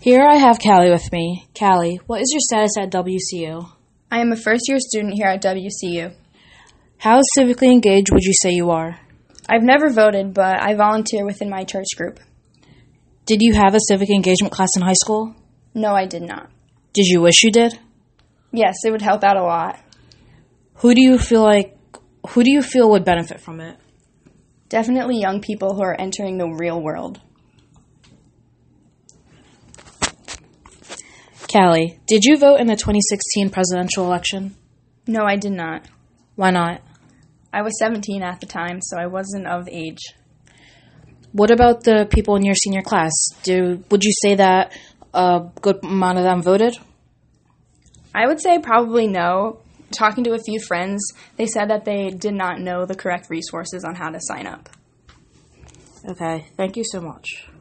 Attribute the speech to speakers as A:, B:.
A: Here I have Callie with me. Callie, what is your status at WCU?
B: I am a first year student here at WCU.
A: How civically engaged would you say you are?
B: I've never voted, but I volunteer within my church group.
A: Did you have a civic engagement class in high school?
B: No, I did not.
A: Did you wish you did?
B: Yes, it would help out a lot.
A: Who do you feel like who do you feel would benefit from it?
B: Definitely young people who are entering the real world.
A: Callie, did you vote in the 2016 presidential election?
B: No, I did not.
A: Why not?
B: I was 17 at the time, so I wasn't of age.
A: What about the people in your senior class? Do would you say that a good amount of them voted?
B: I would say probably no. Talking to a few friends, they said that they did not know the correct resources on how to sign up.
A: Okay, thank you so much.